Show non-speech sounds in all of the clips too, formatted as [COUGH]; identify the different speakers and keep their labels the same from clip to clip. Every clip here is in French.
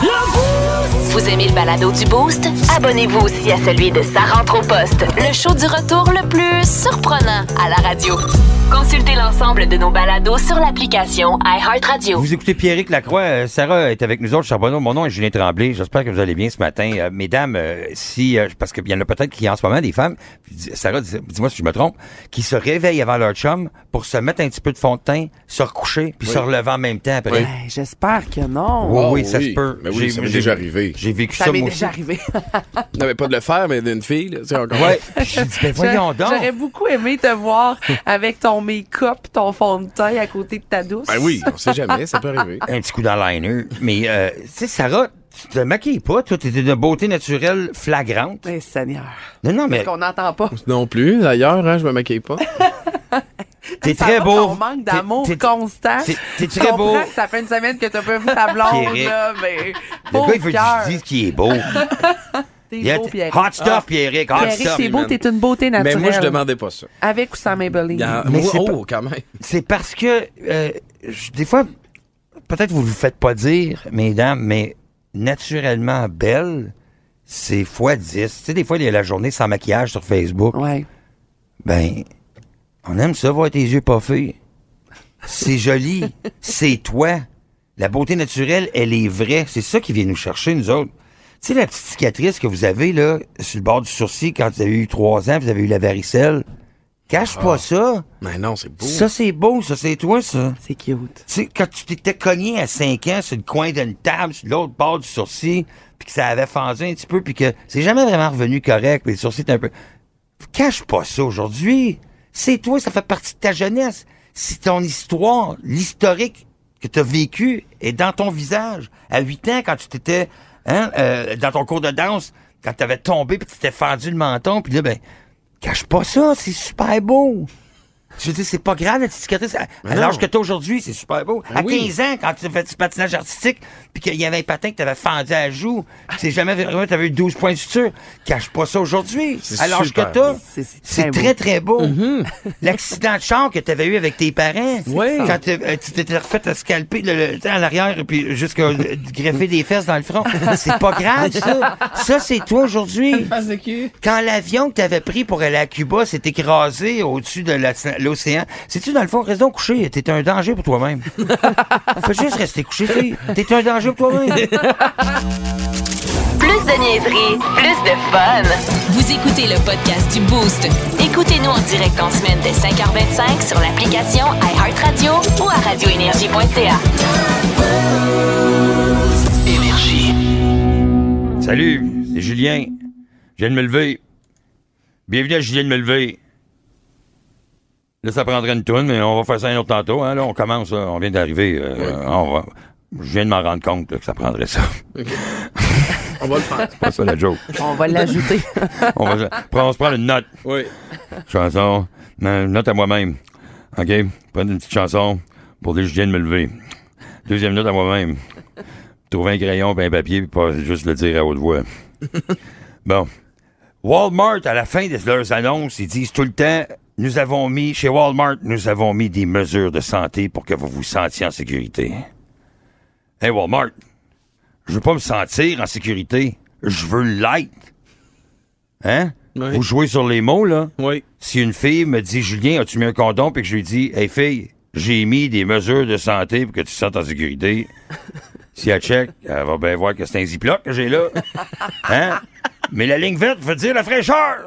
Speaker 1: Vous aimez le balado du Boost? Abonnez-vous aussi à celui de Sa rentre au poste, le show du retour le plus surprenant à la radio. Consultez l'ensemble de nos balados sur l'application iHeartRadio.
Speaker 2: Vous écoutez Pierrick Lacroix, euh, Sarah est avec nous autres, Charbonneau, mon nom est Julien Tremblay, j'espère que vous allez bien ce matin. Euh, mesdames, euh, si, euh, parce qu'il y en a peut-être qui en ce moment, des femmes, puis dis- Sarah, dis- dis-moi si je me trompe, qui se réveillent avant leur chum pour se mettre un petit peu de fond de teint, se recoucher, puis se relever en même temps après.
Speaker 3: Ben, J'espère que non.
Speaker 2: Oui,
Speaker 4: Ah
Speaker 2: oui, ça
Speaker 4: oui.
Speaker 2: se peut.
Speaker 4: Mais oui,
Speaker 2: J'ai-
Speaker 4: ça m'est
Speaker 2: j'ai-
Speaker 4: déjà arrivé.
Speaker 2: J'ai vécu ça,
Speaker 3: Ça m'est
Speaker 2: moi
Speaker 3: déjà
Speaker 2: aussi.
Speaker 3: arrivé.
Speaker 4: Non, mais pas de le faire, mais d'une fille, là, tu sais, encore.
Speaker 2: Ouais. Puis J'ai dit, ben [LAUGHS] voyons
Speaker 3: J'a- [LAUGHS] J'aurais
Speaker 2: donc.
Speaker 3: beaucoup aimé te voir avec ton make-up, ton fond de teint à côté de ta douce.
Speaker 4: Ben oui, on sait jamais, ça peut arriver.
Speaker 2: Un petit coup d'eyeliner. Mais, euh, tu sais, Sarah, tu te maquilles pas, toi, t'es de beauté naturelle flagrante.
Speaker 3: Ben, Seigneur,
Speaker 2: Non, non, mais
Speaker 3: qu'on n'entend pas.
Speaker 4: [LAUGHS] Non plus, d'ailleurs, hein, je me maquille pas.
Speaker 2: t'es
Speaker 3: Ça
Speaker 2: très
Speaker 3: va,
Speaker 2: beau.
Speaker 3: Ton manque
Speaker 2: T'es-
Speaker 3: d'amour
Speaker 2: t'es-
Speaker 3: constant.
Speaker 2: t'es- t'es
Speaker 3: Je
Speaker 2: très beau.
Speaker 3: comprends que ça fait une semaine que t'as pas vu ta blonde,
Speaker 2: Pierrick.
Speaker 3: là, mais
Speaker 2: Le
Speaker 3: pauvre
Speaker 2: gars, il veut que
Speaker 3: cœur.
Speaker 2: tu dises qu'il est beau.
Speaker 3: T'es
Speaker 2: Il y a-
Speaker 3: beau, Pierrick.
Speaker 2: Hot stuff, Pierrick, hot
Speaker 3: Pierrick,
Speaker 2: stuff.
Speaker 3: t'es beau,
Speaker 4: man.
Speaker 3: t'es une beauté
Speaker 4: mais
Speaker 3: naturelle.
Speaker 4: moi, je demandais pas ça.
Speaker 3: Avec ou sans Maybelline?
Speaker 4: Dans-
Speaker 2: Mais
Speaker 4: moi,
Speaker 2: c'est
Speaker 4: oh, quand même.
Speaker 2: C'est parce que, euh, je- des fois, peut-être vous ne vous faites pas dire, mesdames, mais naturellement belle, c'est fois 10. Tu sais, des fois, il y a la journée sans maquillage sur Facebook.
Speaker 3: Ouais.
Speaker 2: Ben, on aime ça, voir tes yeux puffés. C'est joli. c'est toi. La beauté naturelle, elle est vraie. C'est ça qui vient nous chercher, nous autres. Tu sais, la petite cicatrice que vous avez, là, sur le bord du sourcil, quand vous avez eu trois ans, vous avez eu la varicelle. Cache pas ça.
Speaker 4: Mais non, c'est beau.
Speaker 2: Ça, c'est beau. Ça, c'est toi, ça.
Speaker 3: C'est cute.
Speaker 2: Tu sais, quand tu t'étais cogné à 5 ans sur le coin d'une table, sur l'autre bord du sourcil, puis que ça avait fendu un petit peu, puis que c'est jamais vraiment revenu correct, puis le sourcil était un peu... Cache pas ça aujourd'hui. C'est toi, ça fait partie de ta jeunesse. C'est ton histoire, l'historique que tu as vécu est dans ton visage. À 8 ans, quand tu t'étais hein, euh, dans ton cours de danse, quand tu avais tombé, puis tu t'étais fendu le menton, puis là, ben, cache pas ça, c'est super beau. Je veux dire, c'est pas grave, la petite cicatrice. À, à
Speaker 4: non. Ben
Speaker 2: l'âge que t'as aujourd'hui, c'est super beau. à
Speaker 4: oui.
Speaker 2: 15 ans, quand tu fais du patinage artistique, puis qu'il y avait un patin que t'avais fendu à la joue, pis c'est jamais vraiment, t'avais eu 12 points de suture. Cache pas ça aujourd'hui.
Speaker 4: C'est
Speaker 2: À l'âge que
Speaker 4: super
Speaker 2: t'as,
Speaker 4: beau. Mm-hmm.
Speaker 3: C'est- c'est
Speaker 2: c'est
Speaker 3: très
Speaker 2: très, très beau. [LAUGHS] L'accident de char que t'avais eu avec tes parents,
Speaker 4: Oui.
Speaker 2: quand t'es- euh, tu t'étais refait à scalper le, le- tu sais, à l'arrière, et puis jusqu'à
Speaker 4: [LAUGHS]
Speaker 2: euh, greffer des fesses dans le front, c'est pas grave, ça. Ça, c'est toi aujourd'hui. Quand l'avion que t'avais pris pour aller à Cuba s'est écrasé au-dessus de la- l'océan, c'est-tu dans le fond, reste donc couché, t'es un danger pour
Speaker 4: [LAUGHS]
Speaker 2: toi-même. Faut juste rester couché, fille. T'es un danger pour toi-même.
Speaker 1: Plus de niaiserie, plus de fun. Vous écoutez le podcast du Boost. Écoutez-nous en direct en semaine dès 5h25 sur l'application iHeartRadio ou à radioénergie.ca.
Speaker 2: Salut, c'est Julien. Je viens de me lever. Bienvenue à Julien de me lever. Là, ça prendrait une toune, mais on va faire ça un autre tantôt. hein. Là, on commence, là. on vient d'arriver. euh, on va- Je viens de m'en rendre compte là, que ça prendrait ça. [LAUGHS]
Speaker 4: On va le faire.
Speaker 2: Pas ça la joke. [LAUGHS]
Speaker 3: On va l'ajouter.
Speaker 2: On, va... on se prend une note.
Speaker 4: Oui.
Speaker 2: chanson, ma- note à moi-même. OK? Prendre une petite chanson pour dire je viens de me lever. Deuxième note à moi-même. Trouver un crayon et un papier puis pas juste le dire à haute voix. [LAUGHS] Bon. Walmart, à la fin de leurs annonces, ils disent tout le temps Nous avons mis, chez Walmart, nous avons mis des mesures de santé pour que vous vous sentiez en sécurité. Hey Walmart, je veux pas me sentir en sécurité. Je veux l'être. Hein?
Speaker 4: Oui.
Speaker 2: Vous jouez sur les mots, là?
Speaker 4: Oui.
Speaker 2: si une fille me dit Julien, as-tu mis un condom puis que je lui dis Hey fille, j'ai mis des mesures de santé pour que tu te sentes en sécurité. Si elle check, elle va bien voir que c'est un ziploc que j'ai là. Hein? Mais la ligne verte veut dire la fraîcheur!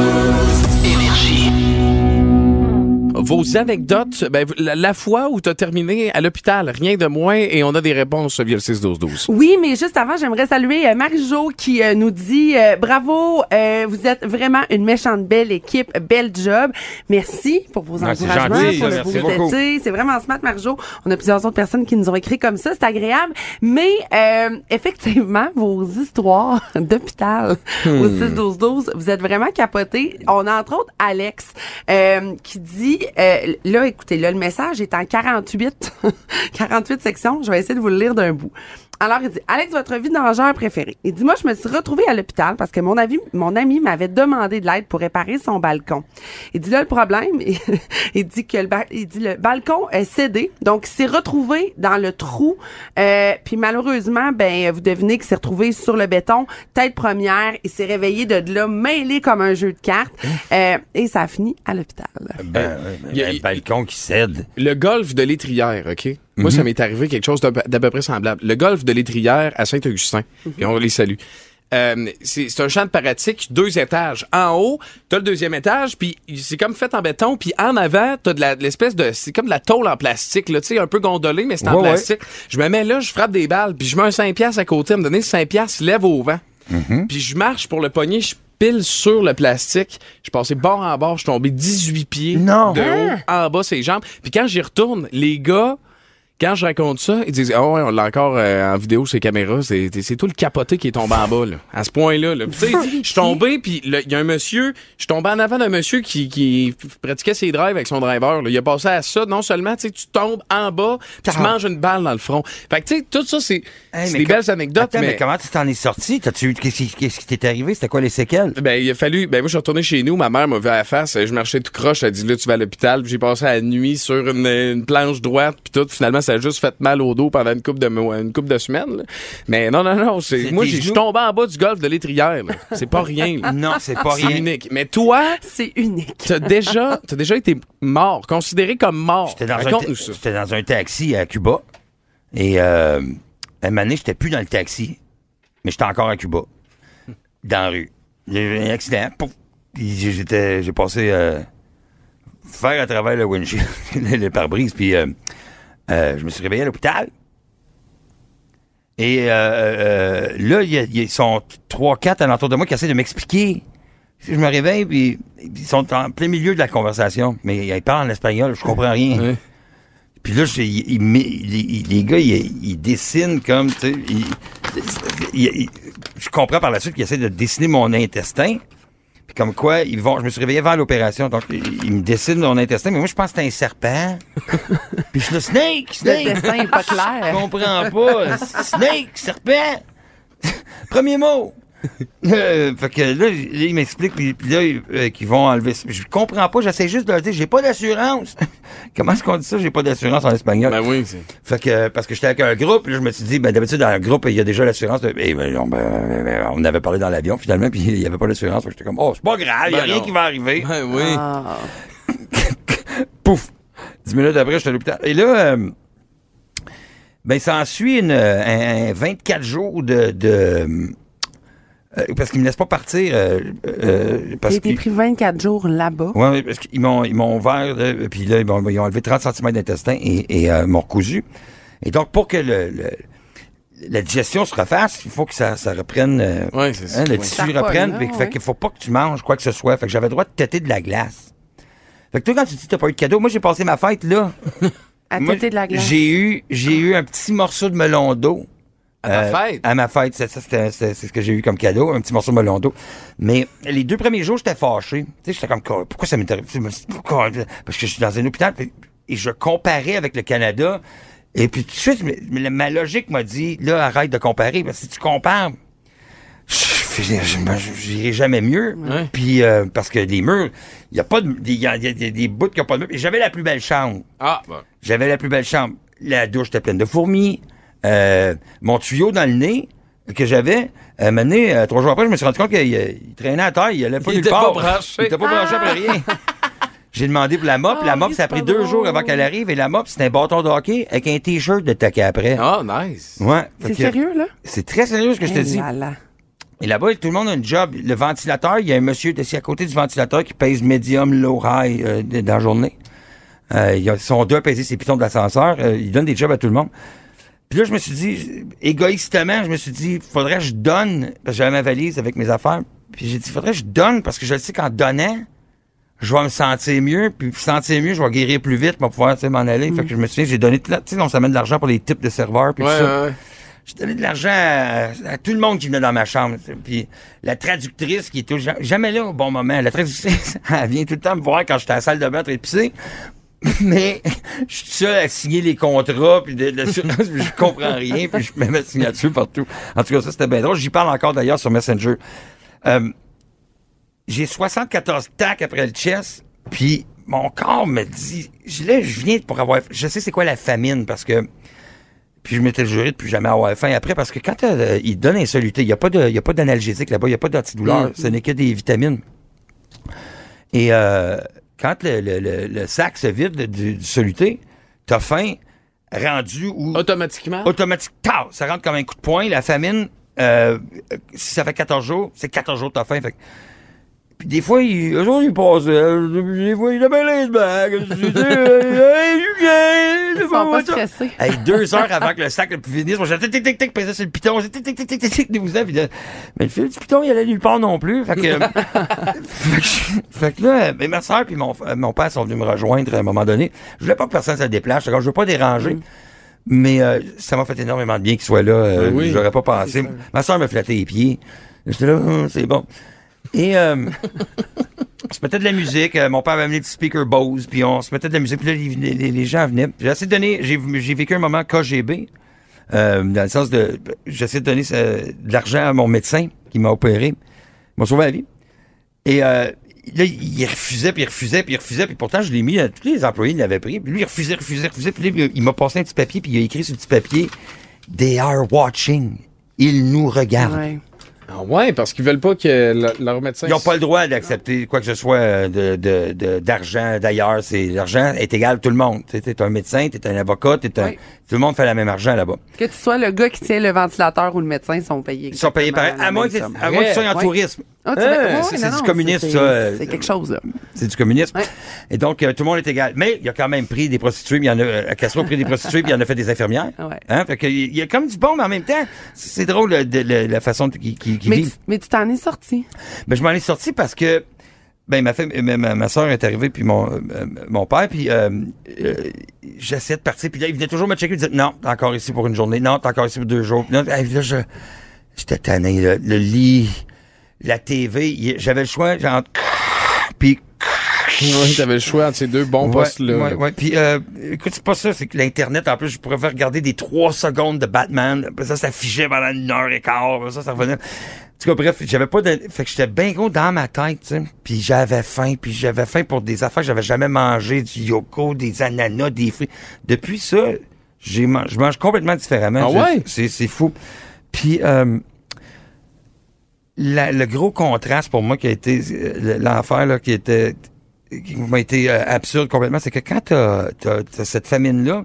Speaker 4: Vos anecdotes, ben, la, la fois où t'as terminé à l'hôpital, rien de moins, et on a des réponses via le 6-12-12.
Speaker 3: Oui, mais juste avant, j'aimerais saluer euh, Marie-Jo qui euh, nous dit euh, bravo, euh, vous êtes vraiment une méchante belle équipe, bel job. Merci pour vos
Speaker 2: Ah, c'est
Speaker 3: encouragements,
Speaker 2: gentil,
Speaker 3: pour
Speaker 2: merci
Speaker 3: beau
Speaker 2: beaucoup.
Speaker 3: été. C'est vraiment smart, Marie-Jo. On a plusieurs autres personnes qui nous ont écrit comme ça, c'est agréable. Mais euh, effectivement, vos histoires [LAUGHS] d'hôpital
Speaker 2: Hmm.
Speaker 3: au 6-12-12, vous êtes vraiment capotés. On a entre autres Alex euh, qui dit, euh, là, [LAUGHS] écoutez, là, le message est en 48, 48 sections. Je vais essayer de vous le lire d'un bout. Alors, il dit, Alex, votre vie d'engin préférée. Il dit, moi, je me suis retrouvée à l'hôpital parce que mon, avis, mon ami m'avait demandé de l'aide pour réparer son balcon. Il dit, là, le problème, [LAUGHS] il dit que le, ba- il dit, le balcon est cédé. Donc, il s'est retrouvé dans le trou. Euh, puis malheureusement, ben, vous devinez qu'il s'est retrouvé sur le béton, tête première. Il s'est réveillé de là, mêlé comme un jeu de cartes.
Speaker 2: Hein?
Speaker 3: Euh, et ça a fini à l'hôpital.
Speaker 2: Ben, oui, mais
Speaker 4: il y a-
Speaker 2: un balcon qui cède.
Speaker 4: Le golf de l'étrière, OK? Moi,
Speaker 2: Mhm.
Speaker 4: ça m'est arrivé quelque chose d'à peu- d'à peu près semblable. Le golf de l'étrière à Saint-Augustin.
Speaker 2: Mhm.
Speaker 4: Et on les salue. Euh, c'est c'est un champ de paratique, deux étages. En haut, t'as le deuxième étage, puis c'est comme fait en béton, puis en avant, t'as de la- de l'espèce de, c'est comme de la tôle en plastique, là, tu sais, un peu gondolée, mais c'est en
Speaker 2: Ouais, ouais.
Speaker 4: plastique. Je me mets là, je frappe des balles, puis je mets un 5 piastres à côté, à me donner 5 piastres, lève au vent.
Speaker 2: Mhm.
Speaker 4: Puis je marche pour le pogner, je pile sur le plastique, je passais bord en bord, je suis tombé 18 pieds
Speaker 2: Non.
Speaker 4: de haut en bas ses jambes. Puis quand j'y retourne, les gars, quand je raconte ça, ils disent Ah ouais, on l'a encore euh, en vidéo ces caméras, c'est c'est tout le capoté qui est tombé en bas là. À ce point-là, là. Puis tu sais, je suis tombé puis le- il y a un monsieur, je suis tombé en avant d'un monsieur qui, qui pratiquait ses drives avec son driver, là. il a passé à ça, non seulement tu sais, tu tombes en bas, puis tu manges une balle dans le front. Fait que tu sais tout ça c'est
Speaker 2: Ah. Hey,
Speaker 4: c'est
Speaker 2: mais
Speaker 4: des
Speaker 2: com-
Speaker 4: belles anecdotes
Speaker 2: Attends, mais...
Speaker 4: mais-
Speaker 2: comment tu t'en es sorti? T'as-tu eu, qu'est-ce qui- qu'est-ce qui t'est arrivé? C'était quoi les séquelles?
Speaker 4: Ben, il a fallu. Ben, moi, je suis retourné chez nous. Ma mère m'a vu à la face. Je marchais tout croche. Elle a dit, là, tu vas à l'hôpital. Puis j'ai passé la nuit sur une, une planche droite. Puis tout. Finalement, ça a juste fait mal au dos pendant une couple de, mois- une couple de semaines. là. Mais non, non, non. C'est,
Speaker 2: C'est
Speaker 4: moi,
Speaker 2: tes
Speaker 4: j'ai- je suis
Speaker 2: genoux?
Speaker 4: tombé en bas du golfe de l'étrière. là. C'est pas rien. là.
Speaker 2: Non, c'est [LAUGHS] pas
Speaker 4: C'est
Speaker 2: rien.
Speaker 4: unique. Mais toi,
Speaker 3: C'est unique.
Speaker 4: t'as déjà, t'as déjà été mort, considéré comme mort.
Speaker 2: J'étais dans, un ta-
Speaker 4: Raconte-nous ça.
Speaker 2: j'étais dans un taxi à Cuba. Et euh, à un moment donné, j'étais plus dans le taxi, mais j'étais encore à Cuba, dans la rue. Il y a eu un accident. pouf, puis j'étais, j'ai passé euh, faire à travers le windshield, [LAUGHS] le le pare-brise. Puis euh, euh, je me suis réveillé à l'hôpital. Et euh, euh, là, il y a- il y a- ils sont trois, quatre alentour de moi qui essaient de m'expliquer. Je me réveille, puis ils sont en plein milieu de la conversation. Mais ils parlent en espagnol, je comprends rien.
Speaker 4: Ouais.
Speaker 2: Puis là, je- il- il met- les, il- les gars, ils, ils dessinent comme, tu sais, ils- ils- ils- je comprends par la suite qu'ils essaient de dessiner mon intestin. Puis comme quoi, ils vont, je me suis réveillé vers l'opération, donc ils, ils me dessinent mon intestin, mais moi, je pense que c'est un
Speaker 3: [LAUGHS]
Speaker 2: serpent. Puis je suis là, snake,
Speaker 3: Le
Speaker 2: snake.
Speaker 3: dessin est pas
Speaker 2: Je
Speaker 3: clair.
Speaker 2: comprends pas. Snake, serpent. Premier mot. Euh, fait que là, j- là, ils m'expliquent, puis puis là, ils- euh, qu'ils vont enlever. ça. Je comprends pas, j'essaie juste de leur dire, j'ai pas d'assurance. [LAUGHS] Comment est-ce qu'on dit ça, j'ai pas d'assurance en espagnol?
Speaker 4: Ben oui, c'est.
Speaker 2: Fait que, parce que j'étais avec un groupe, là, je me suis dit, ben, d'habitude, dans un groupe, il y a déjà l'assurance. de- Eh ben, on, ben, ben, on avait parlé dans l'avion, finalement, puis [LAUGHS] il y avait pas d'assurance. Fait que j'étais comme, oh, c'est pas grave, il y a
Speaker 4: Ben
Speaker 2: rien
Speaker 4: non.
Speaker 2: qui va arriver.
Speaker 4: Ben oui.
Speaker 3: Ah.
Speaker 2: Pouf! Dix minutes après, j'étais à l'hôpital. Et là, euh, ben, ça en suit une, euh, un, un 24 jours de. de, euh, parce qu'ils me laissent pas partir. euh, euh, parce
Speaker 3: J'ai été
Speaker 2: qu'ils
Speaker 3: pris 24 jours là-bas.
Speaker 2: ouais, ouais, parce qu'ils m'ont, ils m'ont ouvert, là, puis là, ils m'ont, ils ont enlevé 30 cm d'intestin et, et, euh, m'ont recousu. Et donc, pour que le, le- la digestion se refasse, il faut que ça, ça reprenne. euh,
Speaker 4: Ouais, c'est ça.
Speaker 2: Hein, le
Speaker 4: Ouais.
Speaker 3: Ça
Speaker 2: tissu
Speaker 3: repogne,
Speaker 2: reprenne.
Speaker 3: hein,
Speaker 2: Fait, que-
Speaker 3: ouais.
Speaker 2: fait qu'il faut pas que tu manges quoi que ce soit. Fait que j'avais le droit de têter de la glace. Fait que toi, quand tu dis que t'as pas eu de cadeau, moi j'ai passé ma fête là.
Speaker 3: À
Speaker 2: Moi,
Speaker 3: côté de la glace.
Speaker 2: J'ai eu, j'ai eu un petit morceau de melon d'eau.
Speaker 4: À ta
Speaker 2: Euh,
Speaker 4: fête?
Speaker 2: À ma fête, c'est ça, c'était- c'est c'est ce que j'ai eu comme cadeau, un petit morceau de melon d'eau. Mais les deux premiers jours, j'étais fâché. Tu sais, j'étais comme, Car- pourquoi ça m'est arrivé? Pourquoi? Parce que je suis dans un hôpital puis- et je comparais avec le Canada. Et puis tout de suite, mais- mais ma logique m'a dit, là, arrête de comparer. Parce que si tu compares, je- je- je- je- j'irai jamais mieux.
Speaker 4: Ouais.
Speaker 2: Puis euh, parce que les murs, il y a pas de, il y a, il y a des- des bouts qui n'ont pas de murs. Et J'avais la plus belle chambre.
Speaker 4: Ah, bon.
Speaker 2: J'avais la plus belle chambre. La douche était pleine de fourmis. Euh, mon tuyau dans le nez que j'avais, euh, un moment donné, euh, trois jours après, je me suis rendu compte qu'il euh, il traînait à terre, il allait pas
Speaker 4: Il
Speaker 2: nulle
Speaker 4: était
Speaker 2: part.
Speaker 4: pas branché. Ah!
Speaker 2: Il était pas branché après rien. [LAUGHS] J'ai demandé pour la mop,
Speaker 3: Ah
Speaker 2: la mop,
Speaker 3: oui,
Speaker 2: ça a
Speaker 3: c'est
Speaker 2: pris
Speaker 3: pas
Speaker 2: deux
Speaker 3: drôle.
Speaker 2: jours avant qu'elle arrive, et la mop, c'était un bâton de hockey avec un t-shirt de taquet après.
Speaker 4: Ah, nice.
Speaker 2: Ouais. Fait
Speaker 3: C'est
Speaker 2: que-
Speaker 3: sérieux, là?
Speaker 2: C'est très sérieux ce que je te
Speaker 3: Eh
Speaker 2: dis.
Speaker 3: là là.
Speaker 2: Et là-bas, tout le monde a un job. Le ventilateur, il y a un monsieur assis à côté du ventilateur qui pèse medium, low, high euh, de- dans la journée. Euh, ils ont- sont deux à peser ses pitons de l'ascenseur. Euh, ils donnent des jobs à tout le monde. Puis là, je me suis dit, j- égoïstement, je me suis dit, faudrait que je donne, parce que j'avais ma valise avec mes affaires. Puis j'ai dit, faudrait que je donne, parce que je le sais qu'en donnant, je vais me sentir mieux, puis me sentir mieux, je vais guérir plus vite, je vais pouvoir tu sais, m'en aller. Fait que je me souviens, j'ai donné, tout là- tu sais, on s'amène de l'argent pour les types de serveurs, puis
Speaker 4: Mm. Ouais,
Speaker 2: tout ça.
Speaker 4: ouais, ouais.
Speaker 2: J'ai donné de l'argent à, à tout le monde qui venait dans ma chambre. tu sais. Puis la traductrice qui [LAUGHS] était au- jamais là au bon moment. La traductrice, elle vient tout le temps me voir quand j'étais à la salle de bain et [LAUGHS] mais je suis seul à signer les contrats, puis de, de l'assurance, [LAUGHS] puis je comprends rien, puis je mets ma signature partout. En tout cas, ça, c'était bien drôle. J'y parle encore d'ailleurs sur Messenger. Euh, j'ai 74 tacs après le chest, puis mon corps me dit, je- là, je viens pour avoir, je sais c'est quoi la famine, parce que, puis je m'étais juré de plus jamais avoir faim après, parce que quand t'as, euh, ils te donnent un soluté, il n'y a pas de, il y a pas d'analgésique là-bas, il n'y a pas d'antidouleur,
Speaker 4: Mm.
Speaker 2: ce n'est que des vitamines. Et euh, quand le, le- le- le sac se vide du, du soluté, t'as faim rendu ou
Speaker 3: Hein?
Speaker 4: Automatiquement.
Speaker 2: automatique, tao, ça rentre comme un coup de poing. La famine, euh, euh, si ça fait 14 jours, c'est 14 jours de ta faim. Fait. que- Puis des fois, ils, eux autres, ils passent. euh, des fois, ils appellent les bagues.
Speaker 3: [LAUGHS]
Speaker 2: tu sais, euh, Hey, Julien, c'est
Speaker 3: Ils sont pas
Speaker 2: ça.
Speaker 3: stressés.
Speaker 2: Hey, deux heures avant que le sac le plus finisse, moi, j'ai tic, tic, tic, tic, pesais sur le piton, j'ai tic, tic, tic, tic, tic, tic, vous avez, puis là, mais le fil du piton, il allait nulle part non plus. Fait
Speaker 4: [LAUGHS]
Speaker 2: que, euh, fait que- fait que là, mais ma soeur puis mon, f- mon père sont venus me rejoindre à un moment donné. Je voulais pas que personne se déplace, je veux pas déranger. Mais euh, ça m'a fait énormément de bien qu'il soit là. euh,
Speaker 4: Ben oui.
Speaker 2: J'aurais pas pensé. Ma soeur me flattait les pieds. J'étais là, Hum, c'est bon. Et euh, on se mettait de la musique. euh, mon père avait amené le petit speaker Bose, puis on se mettait de la musique. Puis là, les, les- les gens venaient. J'ai essayé de donner... J'ai j'ai vécu un moment KGB, euh, dans le sens de... J'ai essayé de donner euh, de l'argent à mon médecin qui m'a opéré. Il m'a sauvé la vie. Et euh, là, il refusait, puis il refusait, puis il refusait. Puis pourtant, je l'ai mis... euh, Tous les employés l'avaient pris. Puis lui, il refusait, refusait, refusait. Puis là, il m'a passé un petit papier, puis il a écrit sur le petit papier « They are watching. Ils nous regardent.
Speaker 3: Ouais.
Speaker 4: Ah ouais, parce qu'ils veulent pas que le- leur médecin.
Speaker 2: Ils n'ont pas le droit d'accepter quoi que ce soit euh, de- de- de- d'argent de, d'ailleurs. C'est l'argent est égal à tout le monde. Tu es un médecin, tu es un avocat, t'es un-
Speaker 3: Oui.
Speaker 2: tout le monde fait la même argent là-bas.
Speaker 3: Que tu sois le gars qui tient le ventilateur ou le médecin, ils sont payés.
Speaker 2: Ils sont payés pareil.
Speaker 3: exactement la
Speaker 2: À moins
Speaker 3: même
Speaker 2: que-
Speaker 3: somme.
Speaker 2: à moins qu'ils soient en
Speaker 3: Ouais.
Speaker 2: tourisme.
Speaker 3: Ah, tu
Speaker 2: Hein,
Speaker 3: fais- ouais, ouais,
Speaker 2: c'est
Speaker 3: non,
Speaker 2: c'est du
Speaker 3: non,
Speaker 2: communisme,
Speaker 3: c'est-
Speaker 2: ça. euh,
Speaker 3: C'est quelque chose, là.
Speaker 2: C'est du communisme.
Speaker 3: Ouais.
Speaker 2: Et donc, euh, tout le monde est égal. Mais il y a quand même pris des prostituées, puis il y en a, euh, Castro a pris des prostituées, puis il y en a fait des infirmières.
Speaker 3: Ouais.
Speaker 2: Hein? Fait que, il y a comme du bon, mais en même temps, c'est c'est drôle euh, de- le- la façon qu'ils qui, qui
Speaker 3: Mais
Speaker 2: vivent.
Speaker 3: tu- mais tu t'en es sorti.
Speaker 2: Ben, je m'en ai sorti parce que ben ma femme, ma, ma, soeur est arrivée puis mon euh, mon père puis euh, euh, j'essayais de partir puis là il venait toujours me checker il disait non t'es encore ici pour une journée non t'es encore ici pour deux jours non, hey, là je j'étais tanné là. le lit la TV il- j'avais le choix genre puis
Speaker 4: Ouais, t'avais le choix entre ces deux bons
Speaker 2: ouais,
Speaker 4: postes-là.
Speaker 2: ouais, ouais. Puis, euh, écoute, c'est pas ça, c'est que l'Internet, en plus, je pourrais faire regarder des trois secondes de Batman. Après ça, ça figeait pendant une heure et quart. Après ça, ça revenait. En tout cas, bref, j'avais pas de... Fait que j'étais bien gros dans ma tête, tu sais. Puis j'avais faim, puis j'avais faim pour des affaires que j'avais jamais mangé, du yoko, des ananas, des fruits. Depuis ça, j'ai man- je mange complètement différemment.
Speaker 4: Ah
Speaker 2: Je-
Speaker 4: ouais?
Speaker 2: C'est c'est fou. Puis... euh, la- le gros contraste pour moi qui a été euh, le- l'enfer là, qui était qui m'a été euh, absurde complètement, c'est que quand t'as as, cette famine-là,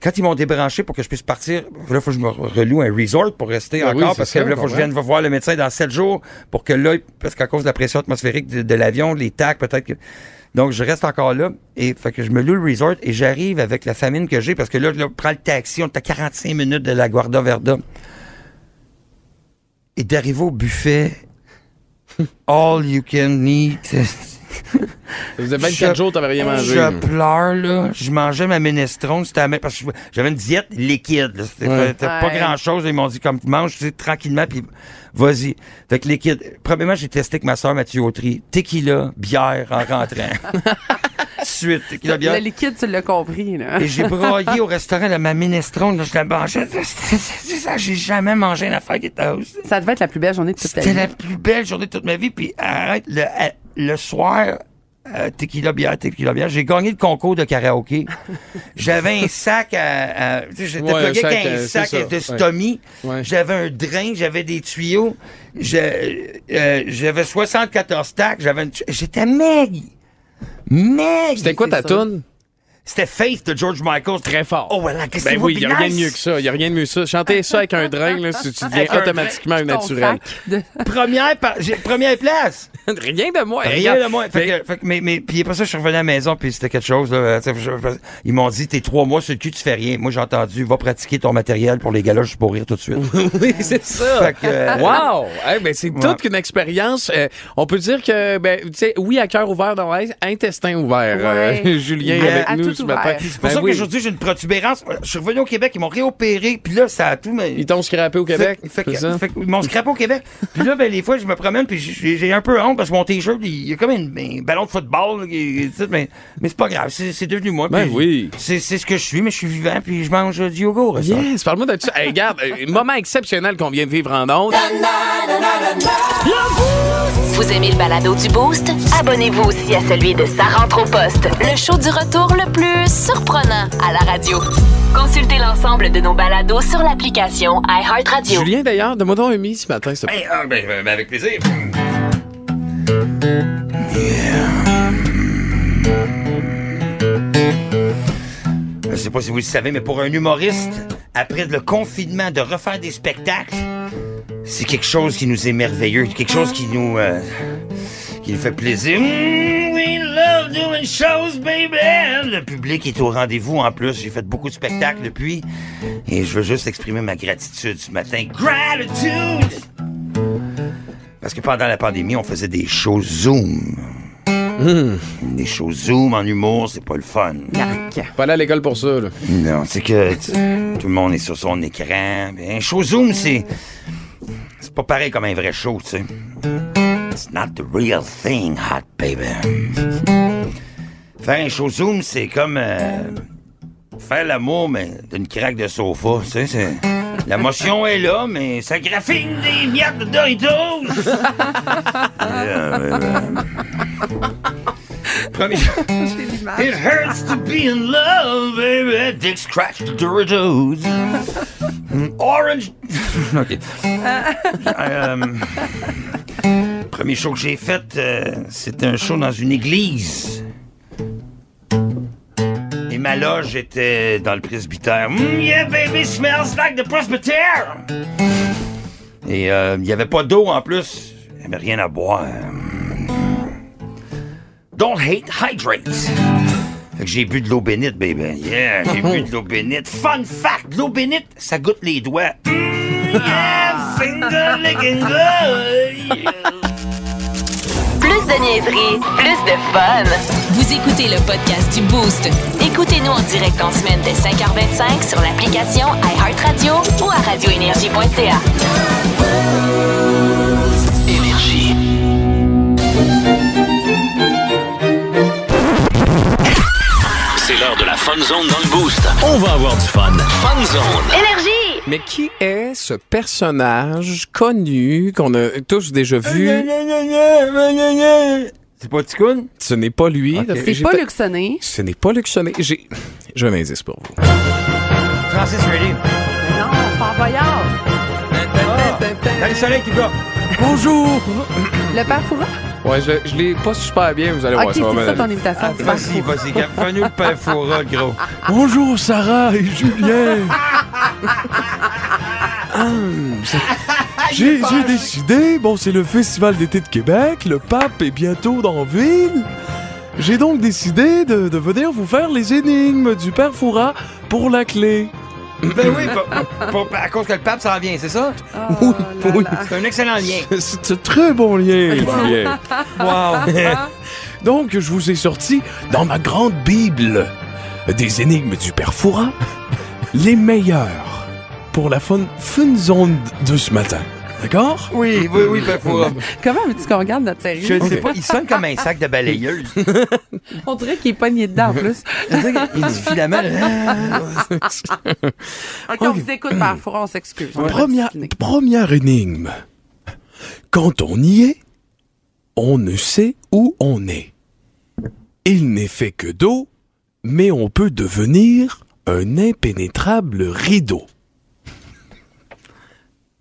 Speaker 2: quand ils m'ont débranché pour que je puisse partir, là, faut que je me re- reloue un resort pour rester
Speaker 4: Ben oui,
Speaker 2: encore,
Speaker 4: c'est
Speaker 2: parce
Speaker 4: ça,
Speaker 2: que là, faut que je vienne voir le médecin dans sept jours pour que là, parce qu'à cause de la pression atmosphérique de, de l'avion, les tacs, peut-être que... Donc, je reste encore là, et fait que je me loue le resort, et j'arrive avec la famine que j'ai, parce que là, je prends le taxi, on est à 45 minutes de la Guarda Verda et d'arriver au buffet, all you can eat.
Speaker 4: Ça faisait 24
Speaker 2: Je-
Speaker 4: jours, t'avais rien mangé.
Speaker 2: Je pleure, là. Je mangeais ma minestrone. C'était la même- parce que j'avais une diète liquide. là. C'était
Speaker 4: Ouais.
Speaker 2: c'était pas
Speaker 3: Ouais.
Speaker 2: grand-chose. Ils m'ont dit, comme tu manges, tu sais, tranquillement, puis vas-y. Fait que liquide. Premièrement, j'ai testé avec ma soeur Mathieu Autry. Tequila, bière en
Speaker 3: [LAUGHS]
Speaker 2: rentrant. Suite, tequila, bière.
Speaker 3: Le liquide, tu l'as compris, là.
Speaker 2: Et j'ai broyé au restaurant de ma minestrone. Là, je la mangeais. [LAUGHS] Ça, J'ai jamais mangé une affaire qui était aussi-
Speaker 3: Ça devait être la plus belle journée de toute ta
Speaker 2: c'était
Speaker 3: vie.
Speaker 2: la plus belle journée de toute ma vie. Puis arrête, le, euh, le soir, euh, tequila bière, tequila bière, j'ai gagné le concours de [LAUGHS] karaoké. J'avais un sac à... à- tu sais, J'étais
Speaker 4: Ouais,
Speaker 2: plugué
Speaker 4: un sac,
Speaker 2: avec un
Speaker 4: euh, c'est
Speaker 2: sac
Speaker 4: ça,
Speaker 2: de
Speaker 4: ouais.
Speaker 2: stomie.
Speaker 4: Ouais.
Speaker 2: J'avais un drain, j'avais des tuyaux. Je- euh, J'avais 74 tacs. j'avais une- J'étais maigre. Maigre.
Speaker 4: C'était quoi ta
Speaker 3: C'est ça.
Speaker 4: toune?
Speaker 2: C'était Faith de George Michael.
Speaker 4: Très fort.
Speaker 2: Oh, voilà, qu'est-ce
Speaker 4: Ben
Speaker 2: que
Speaker 4: oui, il n'y a rien de mieux que ça. Il n'y a rien de mieux que ça. Chanter ça avec un drain, là, si tu
Speaker 2: Avec un
Speaker 4: deviens automatiquement
Speaker 3: Ton
Speaker 4: naturel.
Speaker 3: sac
Speaker 4: [LAUGHS]
Speaker 3: de-
Speaker 2: Première, par- j'ai- première place.
Speaker 4: Rien de Ben moi.
Speaker 2: Rien de moins. Fait que, fait que- mais, mais, puis après ça, je suis revenu à la maison, puis c'était quelque chose. Là, euh, tu sais, je- je- ils m'ont dit, t'es trois mois sur le cul, tu fais rien. Moi, j'ai entendu, va pratiquer ton matériel pour les galas, je suis pour rire tout de suite.
Speaker 4: oui, c'est ça.
Speaker 2: fait que, euh,
Speaker 4: Wow! Eh ben, c'est
Speaker 2: Ouais.
Speaker 4: toute qu'une expérience. Euh, on peut dire que, ben, tu sais, [LAUGHS] oui, à cœur ouvert dans l'Est, intestin ouvert.
Speaker 3: Ouais.
Speaker 4: [LAUGHS] Euh, Julien est
Speaker 3: à,
Speaker 4: avec
Speaker 3: à
Speaker 4: nous
Speaker 3: toute
Speaker 4: yeux ce
Speaker 3: tout
Speaker 4: matin.
Speaker 3: ouvert.
Speaker 2: C'est pour
Speaker 4: Ben
Speaker 2: ça
Speaker 4: oui.
Speaker 2: qu'aujourd'hui, j'ai une protubérance. Euh, Je suis revenu au Québec, ils m'ont réopéré, puis là, ça a tout. Mais...
Speaker 4: Ils t'ont scrappé au Québec.
Speaker 2: Fait, fait,
Speaker 4: c'est ça?
Speaker 2: que- fait que ils m'ont scrapé au Québec. Puis là, ben, des fois, je me promène, puis j'ai j'ai un peu honte parce que mon t-shirt, il y a comme une- un ballon de football, là, qui- qui- mais, mais c'est pas grave, c'est c'est devenu moi.
Speaker 4: Ben
Speaker 2: puis
Speaker 4: oui.
Speaker 2: C'est c'est ce que je suis, mais je suis vivant, puis je mange euh, du yogourt. ça.
Speaker 4: Yes, parle-moi de ça. Hey, regarde, euh, un moment exceptionnel qu'on vient de vivre en ondes.
Speaker 1: Vous aimez le balado du Boost? Abonnez-vous aussi à celui de Sa rentre au poste, le show du retour le plus surprenant à la radio. Consultez l'ensemble de nos balados sur l'application iHeartRadio.
Speaker 4: Julien, d'ailleurs, demande moi un mi ce matin, s'il te plaît.
Speaker 2: Ben, ah, ben, ben, ben, avec plaisir. Je sais pas si vous le savez, mais pour un humoriste, après le confinement, de refaire des spectacles, c'est quelque chose qui nous est merveilleux, quelque chose qui nous, euh, qui nous fait plaisir. Mm, we love doing shows, baby! Le public est au rendez-vous en plus. J'ai fait beaucoup de spectacles depuis. Et je veux juste exprimer ma gratitude ce matin. Gratitude! Parce que pendant la pandémie, on faisait des shows Zoom. Des shows Zoom en humour, c'est pas le fun.
Speaker 4: Faut aller à l'école pour ça, là.
Speaker 2: Non, c'est que tu- tout le monde est sur son écran. Mais Un show Zoom, c'est. C'est pas pareil comme un vrai show, tu sais. It's not the real thing, hot baby. Faire un show Zoom, c'est comme. euh, faire l'amour, mais d'une craque de sofa, tu sais. c'est- La motion est là, mais ça graphine des miettes de Doritos! [LAUGHS] Yeah, ouais, ouais. Premier jour- It hurts to be in love, baby. Dick scratch the Doritos. Mm, Orange. [LAUGHS] ok. Um, premier show que j'ai fait, euh, c'était un show dans une église. Et ma loge était dans le presbytère. Mm, yeah, baby, smells like the presbytère. Et euh, il n'y avait pas d'eau en plus. Il n'y avait rien à boire. Mm. Don't hate, hydrate. Fait que j'ai bu de l'eau bénite, baby. Yeah, j'ai bu de l'eau bénite. Fun fact, l'eau bénite, ça goûte les doigts. Mm, yeah, finger licking good. Yeah.
Speaker 1: Plus de niaiserie, plus de fun. Vous écoutez le podcast du Boost. Écoutez-nous en direct en semaine dès 5h25 sur l'application iHeartRadio ou à radioénergie.ca.
Speaker 5: C'est l'heure de la Fun Zone dans le Boost. On va avoir du fun. Fun Zone.
Speaker 1: Énergie!
Speaker 4: Mais qui est ce personnage connu qu'on a tous déjà vu?
Speaker 2: C'est pas Ticoun?
Speaker 4: Ce n'est pas lui.
Speaker 3: C'est
Speaker 4: J'ai
Speaker 3: pas
Speaker 4: ta-
Speaker 3: luxonné.
Speaker 4: Ce n'est pas Luc Sonnet. J'ai... J'ai un indice pour vous.
Speaker 2: Francis Reddy.
Speaker 3: Non, Fort Boyard.
Speaker 2: T'as le soleil qui va.
Speaker 4: Bonjour!
Speaker 3: Le père Fourat?
Speaker 4: Ouais, je, je l'ai pas super bien, vous allez
Speaker 3: ok,
Speaker 4: voir ça. va
Speaker 3: c'est ça
Speaker 4: m'aller.
Speaker 3: ton invitation.
Speaker 2: Ah,
Speaker 3: du père
Speaker 2: Vas-y, vas-y, Gab. Fais-nous le pain fourra, le gros.
Speaker 4: Bonjour Sarah et Julien. Ah, Hum, c'est- J'ai j'ai décidé, bon c'est le Festival d'été de Québec, le pape est bientôt dans ville. J'ai donc décidé de, de venir vous faire les énigmes du père Fourat pour la clé.
Speaker 2: Ben oui, pa- pa- pa- à cause que le pape s'en vient, c'est ça? [LAUGHS]
Speaker 3: Fourat.
Speaker 4: Oui,
Speaker 3: Oh là
Speaker 4: oui.
Speaker 3: là.
Speaker 2: C'est un excellent lien.
Speaker 4: [LAUGHS] C'est un très bon lien, Julien.
Speaker 2: Wow. [LAUGHS]
Speaker 4: Donc, je vous ai sorti dans ma grande Bible des énigmes du Père Fourat, les meilleures pour la fun, fun zone de ce matin. D'accord?
Speaker 2: Oui, oui, oui, pain fourra.
Speaker 3: Comment veux-tu qu'on regarde notre série?
Speaker 2: Je sais
Speaker 4: Ok.
Speaker 2: pas, il sonne comme un sac de balayeuse.
Speaker 3: On dirait qu'il est pogné
Speaker 2: [LAUGHS]
Speaker 3: dedans, en plus.
Speaker 2: Il dit finalement...
Speaker 3: OK,
Speaker 2: Oh,
Speaker 3: on vous écoute, bah, père Fourat, on s'excuse. On
Speaker 6: Première,
Speaker 3: va discipliner.
Speaker 6: première énigme. Quand on y est, on ne sait où on est. Il n'est fait que d'eau, mais on peut devenir un impénétrable rideau.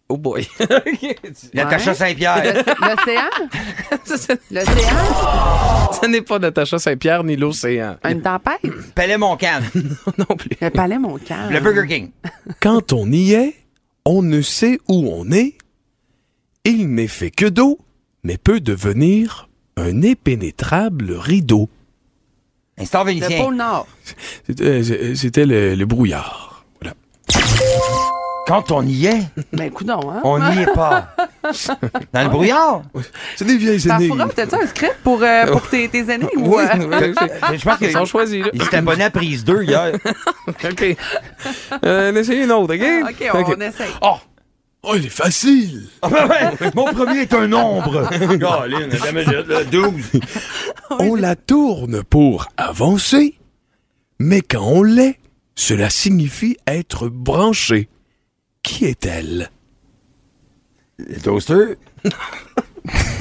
Speaker 4: Oh boy. [LAUGHS]
Speaker 2: Natacha Saint-Pierre.
Speaker 3: L'océan? L'océan?
Speaker 4: Ce n'est pas Natacha Saint-Pierre ni l'océan.
Speaker 6: Hein?
Speaker 3: Une tempête?
Speaker 2: Pelé Montcalm.
Speaker 4: Non plus.
Speaker 3: Le palais Montcalm.
Speaker 2: Le Burger King.
Speaker 6: Quand on y est, on ne sait où on est. Il n'est fait que d'eau, mais peut devenir un impénétrable rideau.
Speaker 2: Un star
Speaker 3: Le
Speaker 2: vénitien.
Speaker 3: pôle Nord.
Speaker 6: C'était euh, c'était le, le brouillard. Voilà.
Speaker 2: Quand on y est,
Speaker 3: Ben, coudon, hein?
Speaker 2: on n'y est pas. Dans le brouillard.
Speaker 4: C'est des vieilles
Speaker 3: Ta
Speaker 4: énigmes.
Speaker 3: fourra, t'as-tu un script pour, euh, pour tes, tes aînés?
Speaker 2: [LAUGHS]
Speaker 3: ou,
Speaker 2: Oui.
Speaker 3: euh,
Speaker 2: Je pense
Speaker 7: Ils sont
Speaker 2: que.
Speaker 7: choisis, là.
Speaker 2: Il s'est abonné à prise 2 hier.
Speaker 7: OK. Euh, essayez une autre, OK?
Speaker 3: [LAUGHS] OK, on,
Speaker 7: OK.
Speaker 3: on essaye.
Speaker 7: Oh!
Speaker 4: Oh, il
Speaker 7: [LAUGHS]
Speaker 4: est facile.
Speaker 2: [LAUGHS] Ah ben ouais, mon premier est un nombre. Caroline, jamais j'ai- le 12.
Speaker 4: On la tourne pour avancer, mais quand on l'est, cela signifie être branché. Qui est-elle?
Speaker 2: Le toaster.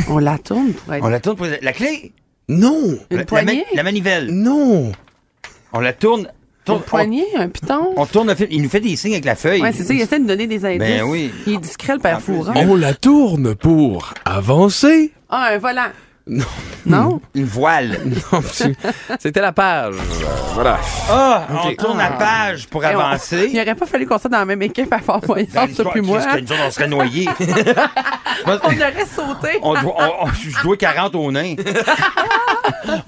Speaker 3: On la tourne pour être
Speaker 2: On la tourne pour la clé.
Speaker 4: Non,
Speaker 2: La-
Speaker 3: une
Speaker 2: la,
Speaker 3: poignée.
Speaker 2: ma- la manivelle.
Speaker 4: non.
Speaker 2: On la tourne.
Speaker 3: Une
Speaker 2: tourne- on,
Speaker 3: poignée, un piton.
Speaker 2: on tourne le film. Il nous fait des signes avec la feuille.
Speaker 3: Ouais, c'est ça, il essaie de nous donner des indices.
Speaker 2: Ben oui.
Speaker 3: Il est discret, le
Speaker 2: En
Speaker 3: père
Speaker 2: plus,
Speaker 3: Fourra.
Speaker 2: il-
Speaker 4: On la tourne pour
Speaker 7: [LAUGHS]
Speaker 4: avancer.
Speaker 3: Ah, un volant.
Speaker 4: Non,
Speaker 3: Non?
Speaker 2: Une [LAUGHS] voile.
Speaker 7: Oh, C'était la page. Voilà.
Speaker 2: Ah, on tourne la page pour
Speaker 3: Eh, on-
Speaker 2: avancer.
Speaker 3: Il n'aurait pas fallu qu'on soit dans la même équipe à Fort
Speaker 2: Dans
Speaker 3: Boyard, ça
Speaker 2: l'histoire,
Speaker 3: puis moi.
Speaker 2: Christ, que nous autres, on serait [LAUGHS] noyés.
Speaker 3: On aurait sauté.
Speaker 2: On doit- on- on- je dois 40 au nain.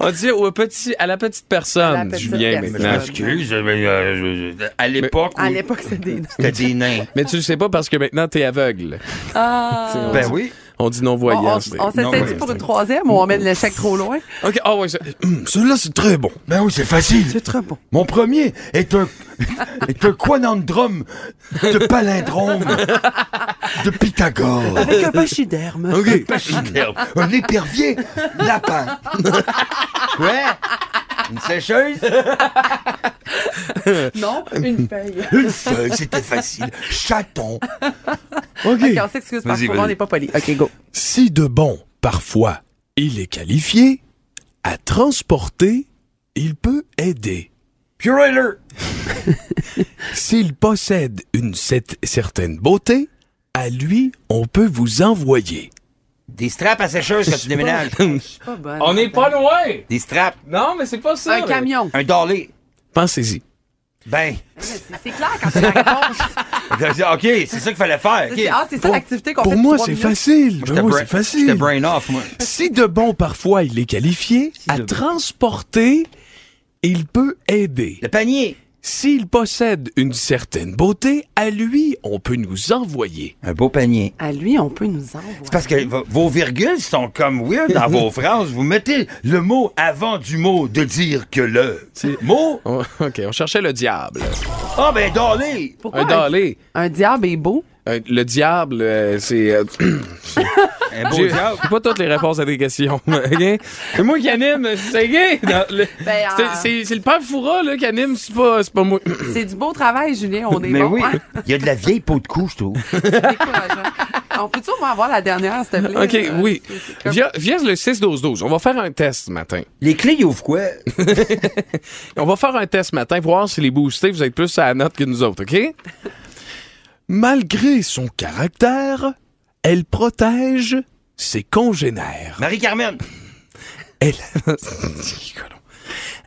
Speaker 7: On dit au petit, à la petite personne,
Speaker 3: À la petite
Speaker 7: Julien,
Speaker 3: personne.
Speaker 7: maintenant.
Speaker 2: Excuse, mais euh, je- je- à l'époque,
Speaker 3: À
Speaker 2: où
Speaker 3: l'époque, c'était des...
Speaker 2: c'était des nains.
Speaker 7: Mais tu le sais pas parce que maintenant, t'es aveugle.
Speaker 3: [LAUGHS] Ah.
Speaker 2: Ben [LAUGHS] oui.
Speaker 7: On dit
Speaker 3: On, on,
Speaker 7: non-voyant.
Speaker 3: Oh, on
Speaker 7: c'est-
Speaker 3: s'essaie-tu
Speaker 2: oui,
Speaker 3: pour une troisième ou on mène l'échec trop loin?
Speaker 7: OK. Ah ouais, ça-
Speaker 4: Hum, celui-là c'est très bon.
Speaker 2: Ben oui, c'est facile.
Speaker 3: très bon.
Speaker 2: Mon premier est un, [LAUGHS] est un quanandrum de palindrome de Pythagore.
Speaker 3: Avec un pachyderme.
Speaker 4: Ok.
Speaker 2: Un épervier lapin. Ouais. Une sécheuse.
Speaker 3: Non, une feuille. [LAUGHS]
Speaker 2: Une feuille, c'était facile. Chaton.
Speaker 4: Ok.
Speaker 3: OK, on s'excuse parce
Speaker 2: Vas-y,
Speaker 3: que on
Speaker 2: vas-y.
Speaker 3: n'est pas poli. OK, go.
Speaker 4: Si de bon, parfois, il est qualifié, à transporter, il peut aider.
Speaker 2: Curator.
Speaker 4: S'il possède une cette- certaine beauté, à lui, on peut vous envoyer.
Speaker 2: Des straps à sécheuse quand tu déménages.
Speaker 3: Pas bonne.
Speaker 7: On n'est pas loin!
Speaker 2: Des straps.
Speaker 7: Non, mais c'est pas ça.
Speaker 3: Un
Speaker 7: là.
Speaker 3: camion.
Speaker 2: Un dorlé.
Speaker 4: Pensez-y.
Speaker 2: Ben.
Speaker 3: C'est c'est clair quand c'est la réponse.
Speaker 2: OK, c'est ça qu'il fallait faire.
Speaker 3: C'est- Ah, c'est ça
Speaker 4: Pour-
Speaker 3: l'activité qu'on fait.
Speaker 4: Pour
Speaker 3: depuis
Speaker 4: moi,
Speaker 3: trois
Speaker 4: c'est
Speaker 3: minutes.
Speaker 4: facile. Ben oui, c'est
Speaker 2: J'étais
Speaker 4: facile.
Speaker 2: brain off, moi.
Speaker 4: Si de bon, parfois, il est qualifié, à
Speaker 2: de bon.
Speaker 4: transporter, il peut aider.
Speaker 2: Le panier.
Speaker 4: S'il possède une certaine beauté, à lui, on peut nous envoyer.
Speaker 2: Un beau panier.
Speaker 3: À lui, on peut nous
Speaker 2: C'est
Speaker 3: envoyer.
Speaker 2: parce que vo- vos virgules sont comme weird dans vos phrases. Vous mettez le mot avant du mot de dire que le mot.
Speaker 7: On- [LAUGHS] OK, on cherchait le diable.
Speaker 2: Ah, ben, dorlé.
Speaker 3: Pourquoi
Speaker 7: Un dallé.
Speaker 3: un diable est beau?
Speaker 7: Un- Le diable, euh, c'est... [COUGHS] euh,
Speaker 2: Un beau
Speaker 7: J'ai
Speaker 2: diable.
Speaker 7: j'ai pas toutes les réponses à tes questions. [LAUGHS] ok? C'est moi qui anime, c'est gay. Non, le-
Speaker 3: Ben,
Speaker 7: c'est-
Speaker 3: euh,
Speaker 7: c'est- C'est le père Foura là, qui anime, c'est pas, c'est pas moi.
Speaker 3: C'est du beau travail, Julien. On est
Speaker 2: Mais
Speaker 3: bon.
Speaker 2: oui,
Speaker 3: hein?
Speaker 2: il y a de la vieille peau de cou, je trouve.
Speaker 3: Décourageant. On peut-tu au moins avoir la dernière, s'il te plaît?
Speaker 7: OK,
Speaker 3: Euh,
Speaker 7: oui.
Speaker 3: c'est- c'est comme-
Speaker 7: Via, via le 6-12-12, on va faire un test ce matin.
Speaker 2: Les clés, ils ouvrent quoi?
Speaker 7: [LAUGHS] On va faire un test ce matin, voir si les boostés, vous êtes plus à la note que nous autres, OK?
Speaker 4: Malgré son caractère, elle protège ses congénères.
Speaker 2: Marie-Carmen.
Speaker 7: [LAUGHS]
Speaker 4: Elle,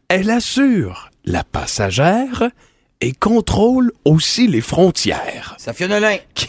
Speaker 4: elle assure la passagère et contrôle aussi les frontières.
Speaker 2: Safia Nolin.
Speaker 4: Qui,